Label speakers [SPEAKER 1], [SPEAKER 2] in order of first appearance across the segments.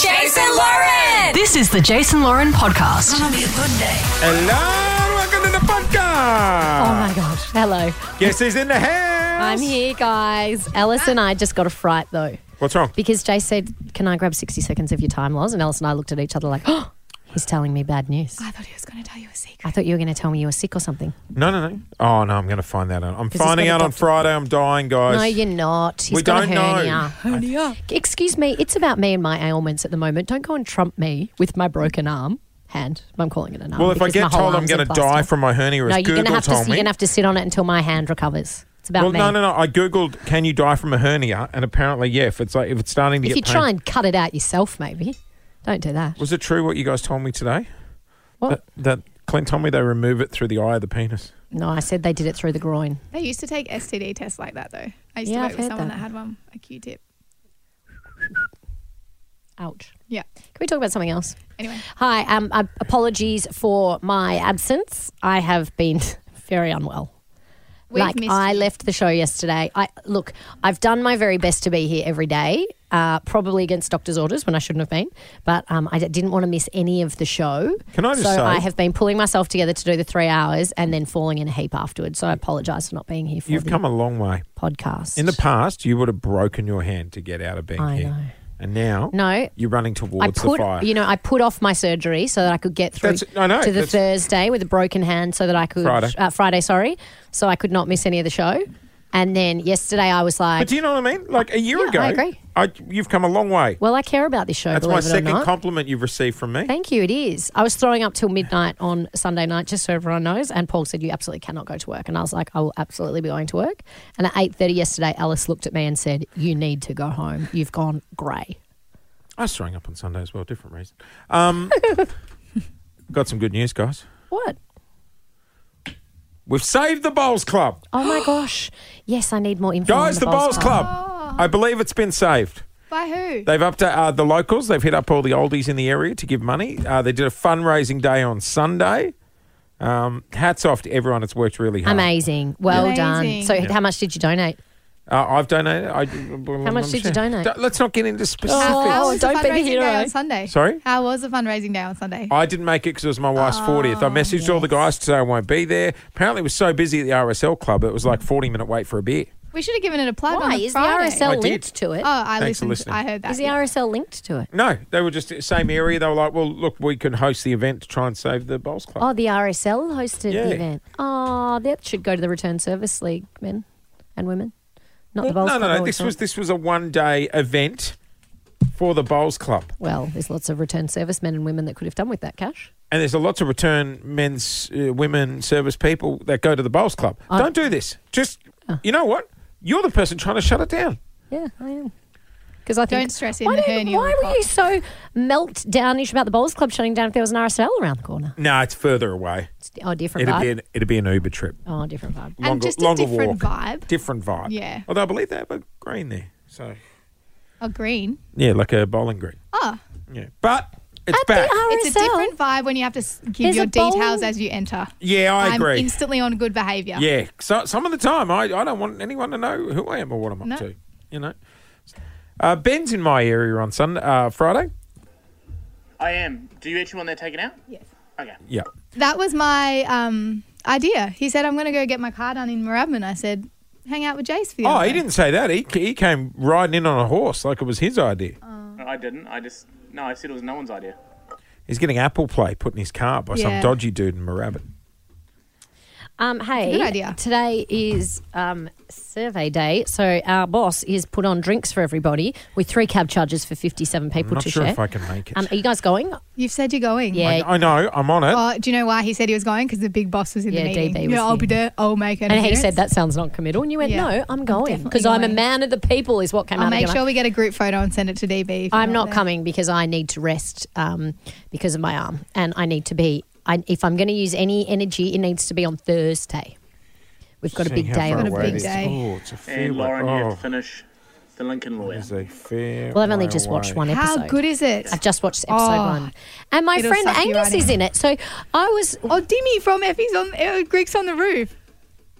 [SPEAKER 1] Jason Lauren.
[SPEAKER 2] This is the Jason Lauren podcast.
[SPEAKER 3] Hello, welcome to the podcast.
[SPEAKER 4] Oh my gosh. Hello.
[SPEAKER 3] Guess who's in the house?
[SPEAKER 4] I'm here, guys. Alice and I just got a fright, though,
[SPEAKER 3] What's wrong?
[SPEAKER 4] because Jay said, Can I grab 60 seconds of your time, Loz? And Alice and I looked at each other like, Oh, he's telling me bad news.
[SPEAKER 1] I thought he was going to tell you a secret.
[SPEAKER 4] I thought you were going to tell me you were sick or something.
[SPEAKER 3] No, no, no. Oh no, I'm going to find that out. I'm
[SPEAKER 4] he's
[SPEAKER 3] finding
[SPEAKER 4] got
[SPEAKER 3] out
[SPEAKER 4] a
[SPEAKER 3] on
[SPEAKER 4] doctor-
[SPEAKER 3] Friday. I'm dying, guys.
[SPEAKER 4] No, you're not. He's
[SPEAKER 3] We
[SPEAKER 4] got
[SPEAKER 3] don't
[SPEAKER 4] a
[SPEAKER 3] know.
[SPEAKER 4] hernia. Excuse me, it's about me and my ailments at the moment. Don't go and trump me with my broken arm. Hand. I'm calling it an arm.
[SPEAKER 3] well, if I
[SPEAKER 4] because my
[SPEAKER 3] get
[SPEAKER 4] whole
[SPEAKER 3] told I'm
[SPEAKER 4] arm's
[SPEAKER 3] going
[SPEAKER 4] in
[SPEAKER 3] to
[SPEAKER 4] plaster.
[SPEAKER 3] die from my hernia, as
[SPEAKER 4] No, you're
[SPEAKER 3] Google
[SPEAKER 4] gonna have to
[SPEAKER 3] told
[SPEAKER 4] you're
[SPEAKER 3] me.
[SPEAKER 4] gonna have to sit on it until my hand recovers. It's about
[SPEAKER 3] well,
[SPEAKER 4] me.
[SPEAKER 3] no, no, no. I googled, can you die from a hernia? And apparently, yeah. If it's like if it's starting to
[SPEAKER 4] If
[SPEAKER 3] get
[SPEAKER 4] you
[SPEAKER 3] pain.
[SPEAKER 4] try and cut it out yourself, maybe. Don't do that.
[SPEAKER 3] was it true what you guys told me today?
[SPEAKER 4] What?
[SPEAKER 3] That, that Clint told me they remove it through the eye of the penis.
[SPEAKER 4] No, I said they did it through the groin.
[SPEAKER 1] They used to take STD tests like that, though. I used
[SPEAKER 4] Yeah,
[SPEAKER 1] to
[SPEAKER 4] I've
[SPEAKER 1] work with
[SPEAKER 4] heard
[SPEAKER 1] someone
[SPEAKER 4] that.
[SPEAKER 1] that. had one, a Q-tip.
[SPEAKER 4] Ouch.
[SPEAKER 1] Yeah.
[SPEAKER 4] Can we talk about something else?
[SPEAKER 1] Anyway,
[SPEAKER 4] Hi, um, uh, apologies for my absence. I have been very unwell.
[SPEAKER 1] we've
[SPEAKER 4] like
[SPEAKER 1] missed
[SPEAKER 4] I
[SPEAKER 1] you.
[SPEAKER 4] left the show yesterday. I look, I've done my very best to be here every day, uh, probably against doctor's orders when I shouldn't have been, but um, I d- didn't want to miss any of the show.
[SPEAKER 3] Can I just
[SPEAKER 4] so
[SPEAKER 3] say-
[SPEAKER 4] I have been pulling myself together to do the three hours and then falling in a heap afterwards. So I apologise for not being here for
[SPEAKER 3] You've
[SPEAKER 4] the
[SPEAKER 3] come a long way.
[SPEAKER 4] podcast.
[SPEAKER 3] In the past, you would have broken your hand to get out of being
[SPEAKER 4] I
[SPEAKER 3] here,
[SPEAKER 4] know.
[SPEAKER 3] and now
[SPEAKER 4] no,
[SPEAKER 3] you're running towards
[SPEAKER 4] I put,
[SPEAKER 3] the fire.
[SPEAKER 4] you know, I put off my surgery so that I could get through
[SPEAKER 3] That's- I know,
[SPEAKER 4] to the
[SPEAKER 3] that's-
[SPEAKER 4] Thursday with a broken hand, so that I could
[SPEAKER 3] Friday.
[SPEAKER 4] uh, Friday, sorry, so I could not miss any of the show. And then yesterday, I was like,
[SPEAKER 3] But do you know what I mean? Like a year
[SPEAKER 4] Yeah,
[SPEAKER 3] ago,
[SPEAKER 4] I agree.
[SPEAKER 3] I- you've come a long way.
[SPEAKER 4] "Well, I care about this show."
[SPEAKER 3] That's
[SPEAKER 4] believe
[SPEAKER 3] my
[SPEAKER 4] it or
[SPEAKER 3] second
[SPEAKER 4] not.
[SPEAKER 3] compliment you've received from me.
[SPEAKER 4] Thank you. It is. I was throwing up till midnight on Sunday night, just so everyone knows. And Paul said, "You absolutely cannot go to work," and I was like, "I will absolutely be going to work." And at eight thirty yesterday, Alice looked at me and said, "You need to go home. You've gone grey."
[SPEAKER 3] I was throwing up on Sunday as well, different reason. Um, got some good news, guys.
[SPEAKER 4] What?
[SPEAKER 3] We've saved the Bowls Club.
[SPEAKER 4] Oh my gosh! Yes, I need more info. on
[SPEAKER 3] Guys, the, Bowls Club. I believe it's been saved.
[SPEAKER 1] By who?
[SPEAKER 3] They've up to uh, the locals. They've hit up all the oldies in the area to give money. Uh, they did a fundraising day on Sunday. Um, hats off to everyone. It's worked really hard.
[SPEAKER 4] Amazing. Well done.
[SPEAKER 1] Amazing.
[SPEAKER 4] So,
[SPEAKER 3] Yeah.
[SPEAKER 4] how much did you donate?
[SPEAKER 3] Uh, I've donated. I, How
[SPEAKER 4] much did you donate?
[SPEAKER 3] Let's not get into specifics.
[SPEAKER 4] Oh,
[SPEAKER 1] How was
[SPEAKER 4] don't be
[SPEAKER 1] the
[SPEAKER 4] the
[SPEAKER 1] fundraising day
[SPEAKER 4] hero.
[SPEAKER 1] on Sunday?
[SPEAKER 3] Sorry?
[SPEAKER 1] How was the fundraising day on Sunday?
[SPEAKER 3] I didn't make it because it was my wife's
[SPEAKER 4] Ah,
[SPEAKER 3] 40th. I messaged all the guys to say I won't be there. Apparently, it was so busy at the RSL club, it was like 40 minute wait for a beer.
[SPEAKER 1] we should have given it a plug on
[SPEAKER 4] Why
[SPEAKER 1] the
[SPEAKER 4] is the
[SPEAKER 1] Friday.
[SPEAKER 3] I
[SPEAKER 4] RSL
[SPEAKER 3] did.
[SPEAKER 4] linked to it? Is
[SPEAKER 1] Oh, I
[SPEAKER 3] Thanks for
[SPEAKER 1] listened.
[SPEAKER 3] listening.
[SPEAKER 1] I heard that.
[SPEAKER 4] the
[SPEAKER 1] yeah.
[SPEAKER 4] RSL linked to it?
[SPEAKER 3] No, they were just same area. They were like, well, look, we can host the event to try and save the bowls club.
[SPEAKER 4] Oh, the RSL hosted
[SPEAKER 3] Yeah.
[SPEAKER 4] the event. Oh, that should go to the Return Service League men and women, not Oh,
[SPEAKER 3] no,
[SPEAKER 4] the Bowls
[SPEAKER 3] no,
[SPEAKER 4] Club. I
[SPEAKER 3] no.
[SPEAKER 4] always
[SPEAKER 3] This
[SPEAKER 4] thought.
[SPEAKER 3] was this was a one day event for the bowls club,
[SPEAKER 4] Well, there's lots of return service men and women that could have done with that cash.
[SPEAKER 3] and there's a lots of return men's, uh, women, service people that go to the bowls club.
[SPEAKER 4] I- Oh.
[SPEAKER 3] Don't do this. Just you know what? You're the person trying to shut it down.
[SPEAKER 4] Yeah, I am. Because I think
[SPEAKER 1] Don't stress in
[SPEAKER 4] why,
[SPEAKER 1] the
[SPEAKER 4] don't-
[SPEAKER 1] hernia.
[SPEAKER 4] why were you so meltdownish about the Bowls Club shutting down if there was an RSL around the corner?
[SPEAKER 3] No, it's further away.
[SPEAKER 4] It's, oh, different
[SPEAKER 3] It'd
[SPEAKER 4] vibe.
[SPEAKER 3] be an, it'd be an Uber trip.
[SPEAKER 4] oh, different vibe.
[SPEAKER 1] And
[SPEAKER 3] longer-
[SPEAKER 1] just a
[SPEAKER 3] longer
[SPEAKER 1] different
[SPEAKER 3] walk.
[SPEAKER 1] vibe.
[SPEAKER 3] different vibe.
[SPEAKER 1] Yeah.
[SPEAKER 3] Although I believe they have a green there. So
[SPEAKER 1] Oh, green.
[SPEAKER 3] yeah, like a bowling green.
[SPEAKER 1] Oh,
[SPEAKER 3] Yeah, but it's
[SPEAKER 4] Ah. At the
[SPEAKER 3] back.
[SPEAKER 4] RSL,
[SPEAKER 1] it's a different vibe when you have to s- give
[SPEAKER 4] There's
[SPEAKER 1] your
[SPEAKER 4] a bowl.
[SPEAKER 1] details as you enter.
[SPEAKER 3] yeah, I
[SPEAKER 1] am
[SPEAKER 3] agree.
[SPEAKER 1] instantly on good behaviour.
[SPEAKER 3] yeah, so some of the time I, I don't want anyone to know who I am or what I'm up
[SPEAKER 1] No.
[SPEAKER 3] to. You know, uh, Ben's in my area on Sunday, uh, Friday.
[SPEAKER 5] I am. Do you actually want that taken out? Yes. Okay.
[SPEAKER 3] Yeah,
[SPEAKER 1] That was my um, idea. He said, I'm going to go get my car done in Moorabbin. I said, hang out with Jace for the
[SPEAKER 3] Oh,
[SPEAKER 1] other
[SPEAKER 3] he
[SPEAKER 1] day."
[SPEAKER 3] didn't say that. He he came riding in on a horse like it was his idea.
[SPEAKER 4] Oh.
[SPEAKER 5] I didn't. I just no. I said it was no one's idea.
[SPEAKER 3] He's getting Apple Play put in his car by some
[SPEAKER 1] Yeah.
[SPEAKER 3] dodgy dude in Moorabbin.
[SPEAKER 4] Um, hey,
[SPEAKER 1] Good idea.
[SPEAKER 4] Today is um, survey day, so our boss is put on drinks for everybody with three cab charges for fifty-seven people
[SPEAKER 3] I'm not
[SPEAKER 4] to
[SPEAKER 3] sure
[SPEAKER 4] share.
[SPEAKER 3] if I can make it.
[SPEAKER 4] um, are you guys going?
[SPEAKER 1] You've said you're going.
[SPEAKER 4] Yeah.
[SPEAKER 3] I, I know I'm on it.
[SPEAKER 1] Oh, do you know why he said he was going? Because the big boss was in
[SPEAKER 4] Yeah,
[SPEAKER 1] the meeting.
[SPEAKER 4] DB
[SPEAKER 1] yeah,
[SPEAKER 4] was
[SPEAKER 1] I'll be
[SPEAKER 4] here.
[SPEAKER 1] there. I'll make an
[SPEAKER 4] And he
[SPEAKER 1] appearance.
[SPEAKER 4] said, "That sounds non-committal." And you went,
[SPEAKER 1] Yeah.
[SPEAKER 4] "No, I'm going
[SPEAKER 1] definitely
[SPEAKER 4] because I'm a
[SPEAKER 1] going."
[SPEAKER 4] man of the people," is what came out.
[SPEAKER 1] I'll
[SPEAKER 4] of
[SPEAKER 1] make
[SPEAKER 4] your
[SPEAKER 1] sure
[SPEAKER 4] mouth.
[SPEAKER 1] we get a group photo and send it to DB. if you're
[SPEAKER 4] I'm not
[SPEAKER 1] there.
[SPEAKER 4] coming because I need to rest um, because of my arm, and I need to be. I, if I'm going to use any energy, it needs to be on Thursday. We've got a
[SPEAKER 3] Seeing
[SPEAKER 4] big
[SPEAKER 3] how
[SPEAKER 4] day
[SPEAKER 3] far
[SPEAKER 4] on
[SPEAKER 1] Got a
[SPEAKER 3] away
[SPEAKER 1] big
[SPEAKER 3] it is.
[SPEAKER 4] Thursday.
[SPEAKER 1] day.
[SPEAKER 3] Oh, it's a fair
[SPEAKER 5] And
[SPEAKER 3] way-
[SPEAKER 5] Lauren, you
[SPEAKER 3] oh.
[SPEAKER 5] have to finish the Lincoln lawyer.
[SPEAKER 3] is a fair.
[SPEAKER 4] Well, I've only
[SPEAKER 3] way
[SPEAKER 4] just watched
[SPEAKER 3] away.
[SPEAKER 4] one
[SPEAKER 1] How
[SPEAKER 4] episode.
[SPEAKER 1] good is it?
[SPEAKER 4] I've just watched episode
[SPEAKER 1] Oh.
[SPEAKER 4] one, and my
[SPEAKER 1] It'll
[SPEAKER 4] friend
[SPEAKER 1] suck you
[SPEAKER 4] Angus
[SPEAKER 1] right
[SPEAKER 4] is in it. So I was.
[SPEAKER 1] Oh, Dimmy from Effie's on uh, Greeks on the Roof.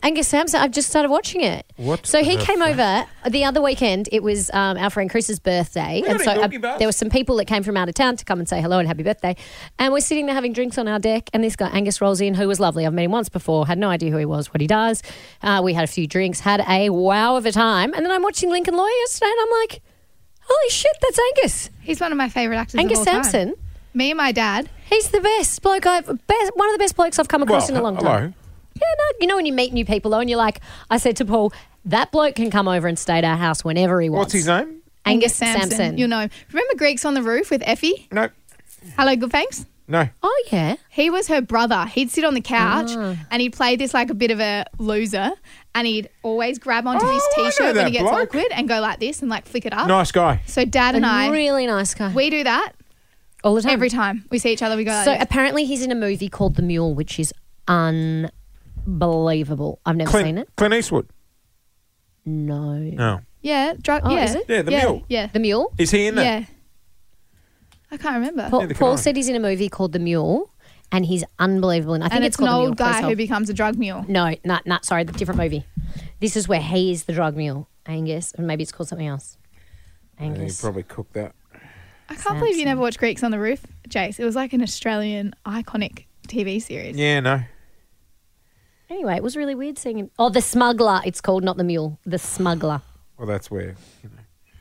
[SPEAKER 4] Angus Sampson. I've just started watching it.
[SPEAKER 3] What
[SPEAKER 4] So he
[SPEAKER 3] the
[SPEAKER 4] came
[SPEAKER 3] fuck?
[SPEAKER 4] over the other weekend. It was um, our friend Chris's birthday,
[SPEAKER 3] We're
[SPEAKER 4] and
[SPEAKER 3] not
[SPEAKER 4] so uh,
[SPEAKER 3] even talking about-
[SPEAKER 4] there were some people that came from out of town to come and say hello and happy birthday. And we're sitting there having drinks on our deck, and this guy Angus rolls in, who was lovely. I've met him once before, had no idea who he was, what he does. Uh, we had a few drinks, had a wow of a time, and then I'm watching Lincoln Lawyer yesterday, and I'm like, holy shit, that's Angus.
[SPEAKER 1] He's one of my favorite actors.
[SPEAKER 4] Angus
[SPEAKER 1] of all time.
[SPEAKER 4] Sampson.
[SPEAKER 1] Me and my dad.
[SPEAKER 4] He's the best bloke I've best one of the best blokes I've come across
[SPEAKER 3] Well,
[SPEAKER 4] in a long
[SPEAKER 3] hello.
[SPEAKER 4] time. Yeah, no, you know when you meet new people though, and you're like, I said to Paul, that bloke can come over and stay at our house whenever he wants.
[SPEAKER 3] What's his name?
[SPEAKER 4] Angus Sampson.
[SPEAKER 1] You'll know. him. Remember Greeks on the Roof with Effie?
[SPEAKER 3] No,
[SPEAKER 1] Hello, good thanks.
[SPEAKER 3] no.
[SPEAKER 4] oh yeah,
[SPEAKER 1] He was her brother. He'd sit on the couch
[SPEAKER 4] Ah.
[SPEAKER 1] and he'd play this like a bit of a loser and he'd always grab onto
[SPEAKER 3] Oh, I know
[SPEAKER 1] his t shirt when
[SPEAKER 3] that
[SPEAKER 1] he gets
[SPEAKER 3] bloke.
[SPEAKER 1] awkward and go like this and like flick
[SPEAKER 4] Oh,
[SPEAKER 1] it up.
[SPEAKER 3] Nice guy.
[SPEAKER 1] So dad and
[SPEAKER 4] a
[SPEAKER 1] I,
[SPEAKER 4] really nice guy.
[SPEAKER 1] we do that
[SPEAKER 4] All the time.
[SPEAKER 1] every time we see each other. We go like
[SPEAKER 4] so
[SPEAKER 1] this.
[SPEAKER 4] apparently he's in a movie called The Mule, which is unbelievable. I've never seen
[SPEAKER 3] Clint,
[SPEAKER 4] it.
[SPEAKER 3] Clint Eastwood.
[SPEAKER 4] No.
[SPEAKER 3] No.
[SPEAKER 1] yeah, drug.
[SPEAKER 4] Oh,
[SPEAKER 1] yeah,
[SPEAKER 4] is it?
[SPEAKER 3] Yeah, the
[SPEAKER 1] yeah,
[SPEAKER 3] mule.
[SPEAKER 1] Yeah,
[SPEAKER 4] The Mule.
[SPEAKER 3] Is he in that?
[SPEAKER 1] yeah. I can't remember.
[SPEAKER 4] Paul,
[SPEAKER 3] Neither can I.
[SPEAKER 4] Paul said he's in a movie called The Mule, and he's unbelievable. And I think
[SPEAKER 1] and
[SPEAKER 4] it's,
[SPEAKER 1] it's, an
[SPEAKER 4] called The Mule.
[SPEAKER 1] old
[SPEAKER 4] Please
[SPEAKER 1] guy
[SPEAKER 4] help.
[SPEAKER 1] who becomes a drug mule.
[SPEAKER 4] No, not not sorry, the different movie. This is where he is the drug mule, Angus, or maybe it's called something else.
[SPEAKER 3] Yeah, You
[SPEAKER 4] Angus.
[SPEAKER 3] probably cooked that.
[SPEAKER 1] I can't believe you never watched Greeks on the Roof, Jace. It was like an Australian iconic TV series.
[SPEAKER 3] Yeah, no.
[SPEAKER 4] anyway, it was really weird seeing him. Oh, the smuggler. It's called not the mule, the smuggler.
[SPEAKER 3] Well, that's where.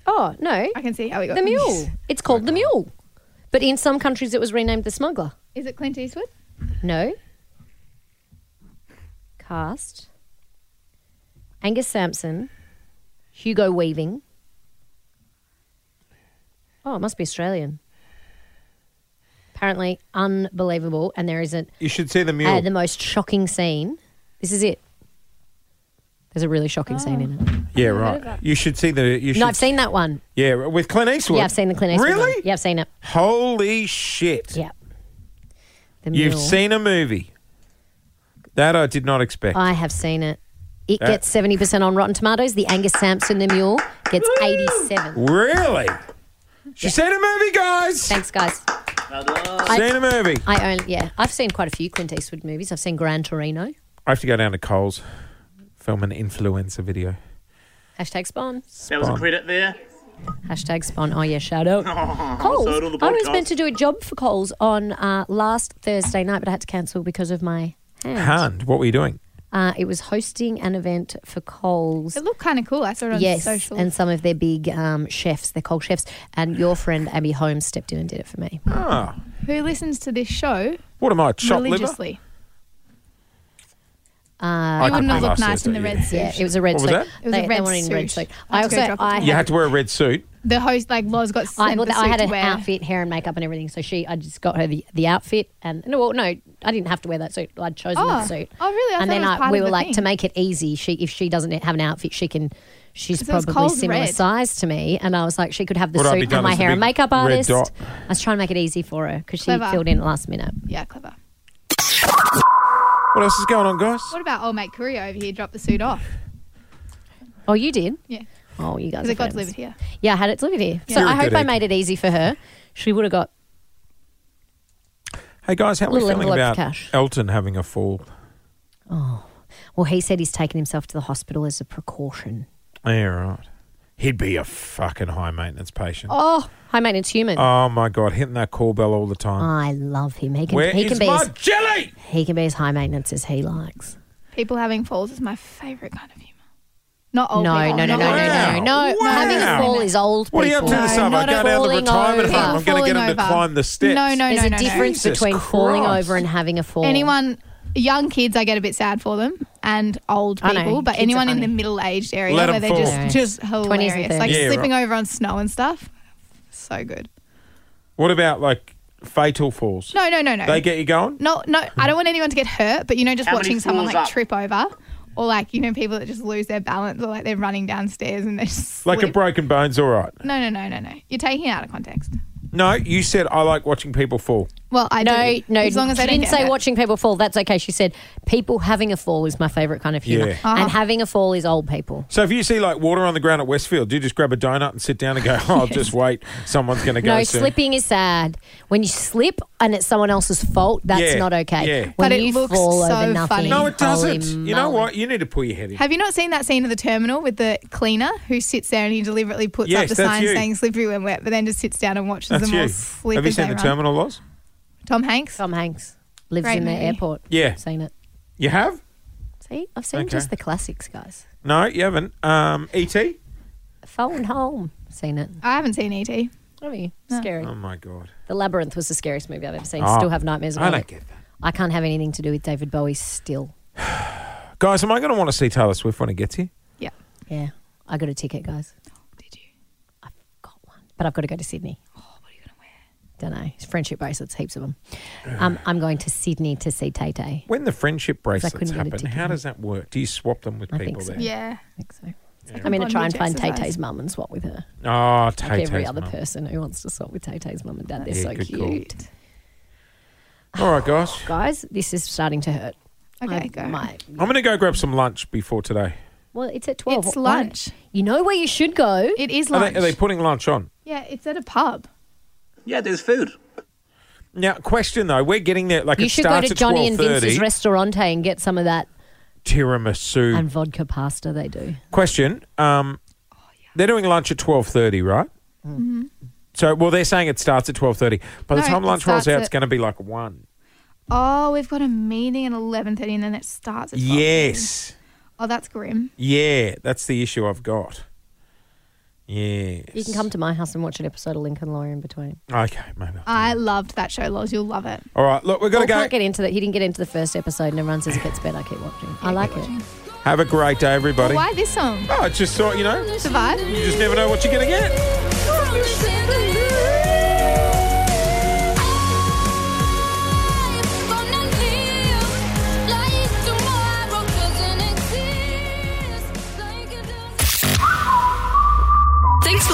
[SPEAKER 4] Oh no,
[SPEAKER 1] I can see how we got
[SPEAKER 4] the
[SPEAKER 1] confused.
[SPEAKER 4] mule. It's called the mule, but in some countries it was renamed the smuggler.
[SPEAKER 1] Is it Clint Eastwood?
[SPEAKER 4] No. Cast. Angus Sampson, Hugo Weaving. Oh, it must be Australian. Apparently, unbelievable, and there isn't
[SPEAKER 3] You should see the mule.
[SPEAKER 4] uh, the most shocking scene. This is it. There's a really shocking scene in it.
[SPEAKER 3] yeah, right. You should see the. You should,
[SPEAKER 4] No, I've seen that one.
[SPEAKER 3] Yeah, with Clint Eastwood.
[SPEAKER 4] Yeah, I've seen the Clint Eastwood
[SPEAKER 3] Really?
[SPEAKER 4] one. Yeah, I've seen it.
[SPEAKER 3] Holy shit!
[SPEAKER 4] Yeah. The
[SPEAKER 3] You've
[SPEAKER 4] Mule.
[SPEAKER 3] seen a movie that I did not expect.
[SPEAKER 4] I have seen it. It
[SPEAKER 3] That-
[SPEAKER 4] gets seventy percent on Rotten Tomatoes. The Angus Sampson the Mule gets eighty-seven.
[SPEAKER 3] really? She's seen a movie, guys.
[SPEAKER 4] Thanks, guys.
[SPEAKER 5] Well done.
[SPEAKER 4] I-
[SPEAKER 3] seen a movie.
[SPEAKER 4] I only yeah. I've seen quite a few Clint Eastwood movies. I've seen Gran Torino.
[SPEAKER 3] I have to go down to Coles, film an influencer video.
[SPEAKER 4] Hashtag Spawn.
[SPEAKER 5] There was a
[SPEAKER 3] Spawn.
[SPEAKER 5] credit there.
[SPEAKER 4] Hashtag Spawn. Oh yeah, shout out. Coles.
[SPEAKER 5] So did all the
[SPEAKER 4] I was
[SPEAKER 5] podcasts.
[SPEAKER 4] meant to do a job for Coles on uh, last Thursday night, but I had to cancel because of my hand.
[SPEAKER 3] Hand, what were you doing?
[SPEAKER 4] Uh, it was hosting an event for Coles.
[SPEAKER 1] It looked kind of cool. I saw it on
[SPEAKER 4] Yes,
[SPEAKER 1] social.
[SPEAKER 4] and some of their big um, chefs, they're called chefs, and your friend Abby Holmes stepped in and did it for me.
[SPEAKER 3] Ah,
[SPEAKER 1] Who listens to this show
[SPEAKER 3] what am I? a Chopped liver?
[SPEAKER 1] religiously?
[SPEAKER 3] I
[SPEAKER 4] Uh,
[SPEAKER 1] You wouldn't
[SPEAKER 3] couldn't
[SPEAKER 1] have looked
[SPEAKER 3] last
[SPEAKER 1] nice in the
[SPEAKER 3] Thursday,
[SPEAKER 1] red suit.
[SPEAKER 4] Yeah, it was a red
[SPEAKER 3] What was
[SPEAKER 4] suit.
[SPEAKER 3] that?
[SPEAKER 1] It was
[SPEAKER 4] they,
[SPEAKER 1] a
[SPEAKER 4] they
[SPEAKER 1] red
[SPEAKER 4] wanted in red
[SPEAKER 1] suit.
[SPEAKER 4] suit.
[SPEAKER 1] I
[SPEAKER 4] I
[SPEAKER 1] had to go
[SPEAKER 4] also
[SPEAKER 1] drop
[SPEAKER 4] I
[SPEAKER 1] it.
[SPEAKER 3] You
[SPEAKER 4] had,
[SPEAKER 3] had to wear a red suit.
[SPEAKER 1] The host, like Loz, got sent
[SPEAKER 4] I, well,
[SPEAKER 1] the
[SPEAKER 4] I
[SPEAKER 1] suit
[SPEAKER 4] had
[SPEAKER 1] to
[SPEAKER 4] an
[SPEAKER 1] wear.
[SPEAKER 4] outfit, hair and makeup and everything. So she, I just got her the, the outfit and no, well, no, I didn't have to wear that suit. I'd chosen
[SPEAKER 1] Oh,
[SPEAKER 4] that suit.
[SPEAKER 1] oh, really? I
[SPEAKER 4] and
[SPEAKER 1] thought it
[SPEAKER 4] then
[SPEAKER 1] was part
[SPEAKER 4] we
[SPEAKER 1] of
[SPEAKER 4] were
[SPEAKER 1] the
[SPEAKER 4] like, to
[SPEAKER 1] thing.
[SPEAKER 4] make it easy, she if she doesn't have an outfit, she can. She's
[SPEAKER 1] 'Cause it was
[SPEAKER 4] probably
[SPEAKER 1] Coles
[SPEAKER 4] similar
[SPEAKER 1] red.
[SPEAKER 4] size to me, and I was like, she could have the
[SPEAKER 3] What I'd be
[SPEAKER 4] suit
[SPEAKER 3] done
[SPEAKER 4] and my
[SPEAKER 3] is a
[SPEAKER 4] hair and
[SPEAKER 3] big
[SPEAKER 4] makeup
[SPEAKER 3] red
[SPEAKER 4] artist.
[SPEAKER 3] dot.
[SPEAKER 4] I was trying to make it easy for her because she
[SPEAKER 1] Clever.
[SPEAKER 4] filled in last minute.
[SPEAKER 1] Yeah, clever.
[SPEAKER 3] What else is going on, guys?
[SPEAKER 1] What about old mate Courier over here? Dropped the suit off.
[SPEAKER 4] Oh, you did?
[SPEAKER 1] Yeah,
[SPEAKER 4] Oh, you guys.
[SPEAKER 1] because
[SPEAKER 4] Are
[SPEAKER 1] it got
[SPEAKER 4] friends.
[SPEAKER 1] delivered here.
[SPEAKER 4] Yeah, I had it delivered here. So
[SPEAKER 3] You're a
[SPEAKER 4] I hope
[SPEAKER 3] good
[SPEAKER 4] I
[SPEAKER 3] egg.
[SPEAKER 4] made it easy for her. She would have got
[SPEAKER 3] Hey guys, how are we
[SPEAKER 4] Little
[SPEAKER 3] feeling
[SPEAKER 4] envelope
[SPEAKER 3] about
[SPEAKER 4] cash.
[SPEAKER 3] Elton having a fall?
[SPEAKER 4] Well, he said he's taken himself to the hospital as a precaution.
[SPEAKER 3] Yeah, right. He'd be a fucking high maintenance patient. Oh,
[SPEAKER 4] Oh, high maintenance human.
[SPEAKER 3] my god, hitting that call bell all the
[SPEAKER 1] Oh,
[SPEAKER 3] time.
[SPEAKER 4] I love him. He can
[SPEAKER 3] Where
[SPEAKER 4] he
[SPEAKER 3] is
[SPEAKER 4] can be
[SPEAKER 3] my
[SPEAKER 4] as,
[SPEAKER 3] jelly?
[SPEAKER 4] he can be as high maintenance as he likes.
[SPEAKER 1] People having falls is my favorite kind of humor. Not
[SPEAKER 4] No,
[SPEAKER 1] old.
[SPEAKER 4] no,
[SPEAKER 1] people,
[SPEAKER 4] no, no, no,
[SPEAKER 1] not
[SPEAKER 4] no,
[SPEAKER 1] old
[SPEAKER 4] no,
[SPEAKER 1] people.
[SPEAKER 4] no.
[SPEAKER 3] Wow.
[SPEAKER 4] Having a fall is old people.
[SPEAKER 3] What are you up to this
[SPEAKER 1] No,
[SPEAKER 3] summer? I
[SPEAKER 1] not a
[SPEAKER 3] go down to the
[SPEAKER 4] falling
[SPEAKER 3] retirement
[SPEAKER 4] over.
[SPEAKER 3] home. I'm going to get
[SPEAKER 1] Falling
[SPEAKER 3] him to
[SPEAKER 1] over.
[SPEAKER 3] climb the steps.
[SPEAKER 1] No, no,
[SPEAKER 4] There's
[SPEAKER 1] no,
[SPEAKER 4] a
[SPEAKER 1] no, no.
[SPEAKER 4] difference
[SPEAKER 3] Jesus
[SPEAKER 4] between falling
[SPEAKER 3] Christ.
[SPEAKER 4] over and having a fall.
[SPEAKER 1] Anyone, young kids, I get a bit sad for them, and old
[SPEAKER 4] I know,
[SPEAKER 1] people, but
[SPEAKER 4] kids are
[SPEAKER 1] anyone in
[SPEAKER 4] funny.
[SPEAKER 1] the middle-aged area
[SPEAKER 3] Let
[SPEAKER 1] where
[SPEAKER 3] 'em
[SPEAKER 1] they're
[SPEAKER 3] fall.
[SPEAKER 4] Yeah.
[SPEAKER 1] just just
[SPEAKER 4] 20s and
[SPEAKER 1] hilarious, like
[SPEAKER 3] 30s. Yeah,
[SPEAKER 1] slipping over on snow and stuff. So good.
[SPEAKER 3] What about like fatal falls?
[SPEAKER 1] No, no, no, no.
[SPEAKER 3] They get you going?
[SPEAKER 1] No, no, I don't want anyone to get hurt, but you know, just
[SPEAKER 5] How many
[SPEAKER 1] watching someone
[SPEAKER 5] floors
[SPEAKER 1] like
[SPEAKER 5] up?
[SPEAKER 1] trip over, or like you know, people that just lose their balance, or like they're running downstairs and they just
[SPEAKER 3] Like a
[SPEAKER 1] slip.
[SPEAKER 3] broken bone's all right.
[SPEAKER 1] No, no, no, no, no. You're taking it out of context.
[SPEAKER 3] No, you said I like watching people fall.
[SPEAKER 1] Well, I
[SPEAKER 4] No,
[SPEAKER 1] do.
[SPEAKER 4] no.
[SPEAKER 1] As long as
[SPEAKER 4] she
[SPEAKER 1] I don't
[SPEAKER 4] didn't
[SPEAKER 1] get
[SPEAKER 4] say
[SPEAKER 1] hurt.
[SPEAKER 4] watching people fall. That's okay. She said people having a fall is my favorite kind of humor,
[SPEAKER 3] Yeah.
[SPEAKER 1] Ah.
[SPEAKER 4] and having a fall is old people.
[SPEAKER 3] So if you see like water on the ground at Westfield, do you just grab a donut and sit down and go, oh, I'll just wait. Someone's going to go
[SPEAKER 4] No,
[SPEAKER 3] soon.
[SPEAKER 4] slipping is sad. When you slip and it's someone else's fault, that's
[SPEAKER 3] Yeah,
[SPEAKER 4] not okay.
[SPEAKER 3] yeah.
[SPEAKER 4] When
[SPEAKER 1] But it
[SPEAKER 4] you
[SPEAKER 1] looks
[SPEAKER 4] fall
[SPEAKER 1] so
[SPEAKER 4] over
[SPEAKER 1] funny.
[SPEAKER 4] nothing, oh,
[SPEAKER 3] No, it
[SPEAKER 4] holy
[SPEAKER 3] doesn't. You know
[SPEAKER 4] moly.
[SPEAKER 3] what? You need to pull your head in.
[SPEAKER 1] Have you not seen that scene of the terminal with the cleaner who sits there and he deliberately puts
[SPEAKER 3] Yes,
[SPEAKER 1] up the
[SPEAKER 3] that's
[SPEAKER 1] sign
[SPEAKER 3] you.
[SPEAKER 1] saying slippery when wet, but then just sits down and watches
[SPEAKER 3] That's
[SPEAKER 1] them
[SPEAKER 3] you.
[SPEAKER 1] all slip
[SPEAKER 3] Have you
[SPEAKER 1] as
[SPEAKER 3] seen
[SPEAKER 1] they
[SPEAKER 3] the
[SPEAKER 1] run.
[SPEAKER 3] terminal laws?
[SPEAKER 1] Tom Hanks?
[SPEAKER 4] Tom Hanks lives
[SPEAKER 1] Great
[SPEAKER 4] in the
[SPEAKER 1] movie.
[SPEAKER 4] airport.
[SPEAKER 3] Yeah.
[SPEAKER 4] seen it.
[SPEAKER 3] You have?
[SPEAKER 4] See, I've seen
[SPEAKER 3] Okay.
[SPEAKER 4] just the classics, guys.
[SPEAKER 3] No, you haven't. Um, E.T.?
[SPEAKER 4] Phone home, seen it.
[SPEAKER 1] I haven't seen E E.T.
[SPEAKER 4] Oh, yeah. scary.
[SPEAKER 3] Oh, my God.
[SPEAKER 4] The Labyrinth was the scariest movie I've ever seen.
[SPEAKER 3] Oh,
[SPEAKER 4] Still have nightmares about
[SPEAKER 3] I don't
[SPEAKER 4] it.
[SPEAKER 3] get that.
[SPEAKER 4] I can't have anything to do with David Bowie still.
[SPEAKER 3] Guys, am I going to want to see Taylor Swift when it gets here?
[SPEAKER 1] Yeah.
[SPEAKER 4] Yeah, I got a ticket, guys.
[SPEAKER 1] Did you?
[SPEAKER 4] I've got one, but I've got to go to Sydney. Oh, what are you going to wear? Don't know. It's friendship bracelets, heaps of them. Um, I'm going to Sydney to see Tay Tay.
[SPEAKER 3] When the friendship bracelets
[SPEAKER 4] couldn't get a
[SPEAKER 3] happen,
[SPEAKER 4] ticket
[SPEAKER 3] how
[SPEAKER 4] in.
[SPEAKER 3] does that work? Do you swap them with
[SPEAKER 4] I think
[SPEAKER 3] people
[SPEAKER 4] so.
[SPEAKER 3] there?
[SPEAKER 1] Yeah.
[SPEAKER 4] I think so.
[SPEAKER 1] like
[SPEAKER 4] I'm
[SPEAKER 1] a
[SPEAKER 4] going to try and
[SPEAKER 1] bondage
[SPEAKER 4] find Tay
[SPEAKER 1] exercise.
[SPEAKER 4] Tay's mum and swap with her.
[SPEAKER 3] Oh, Tay
[SPEAKER 4] Like every
[SPEAKER 3] Tay's
[SPEAKER 4] other
[SPEAKER 3] mum.
[SPEAKER 4] person who wants to swap with Tay Tay's mum and dad. They're
[SPEAKER 3] Yeah,
[SPEAKER 4] so
[SPEAKER 3] good
[SPEAKER 4] cute.
[SPEAKER 3] call. All right, guys.
[SPEAKER 4] Guys, this is starting to hurt.
[SPEAKER 1] Okay,
[SPEAKER 4] I
[SPEAKER 1] go.
[SPEAKER 4] might-
[SPEAKER 3] I'm going to go grab some lunch before today.
[SPEAKER 4] well, it's at 12.
[SPEAKER 1] It's
[SPEAKER 4] Why-
[SPEAKER 1] lunch.
[SPEAKER 4] You know where you should go?
[SPEAKER 1] It is
[SPEAKER 3] Are
[SPEAKER 1] lunch.
[SPEAKER 3] they, are they putting lunch on?
[SPEAKER 1] yeah, it's at a pub.
[SPEAKER 5] Yeah, there's food.
[SPEAKER 3] Now, question though, we're getting there. Like
[SPEAKER 4] you
[SPEAKER 3] it
[SPEAKER 4] should go
[SPEAKER 3] starts
[SPEAKER 4] to Johnny
[SPEAKER 3] at
[SPEAKER 4] and
[SPEAKER 3] twelve
[SPEAKER 4] Vince's
[SPEAKER 3] thirty.
[SPEAKER 4] Restaurante and get some of that
[SPEAKER 3] tiramisu.
[SPEAKER 4] and vodka pasta they do.
[SPEAKER 3] question: um, They're doing lunch at twelve thirty, right? So, well, they're saying it starts at twelve thirty. By the
[SPEAKER 1] No,
[SPEAKER 3] time
[SPEAKER 1] it
[SPEAKER 3] lunch rolls
[SPEAKER 1] starts
[SPEAKER 3] out,
[SPEAKER 1] at-
[SPEAKER 3] it's going to be like one.
[SPEAKER 1] Oh, we've got a meeting at 11.30 and then it starts at 12:30.
[SPEAKER 3] Yes,
[SPEAKER 1] Oh, that's grim.
[SPEAKER 3] yeah, that's the issue I've got. Yes,
[SPEAKER 4] You can come to my house and watch an episode of Lincoln Lawyer in between.
[SPEAKER 3] Okay, maybe. I'll do
[SPEAKER 1] I
[SPEAKER 3] that.
[SPEAKER 1] loved that show, Loz. You'll love it.
[SPEAKER 3] All right, look, we've
[SPEAKER 4] I
[SPEAKER 3] got to go.
[SPEAKER 4] can't get into that. He didn't get into the first episode, and everyone says it gets better. I keep watching. I like it.
[SPEAKER 3] Have a great day, everybody.
[SPEAKER 1] Why this song?
[SPEAKER 3] Oh, I just thought you know,
[SPEAKER 1] It's a vibe.
[SPEAKER 3] you just never know what you're going to get.
[SPEAKER 2] Thanks for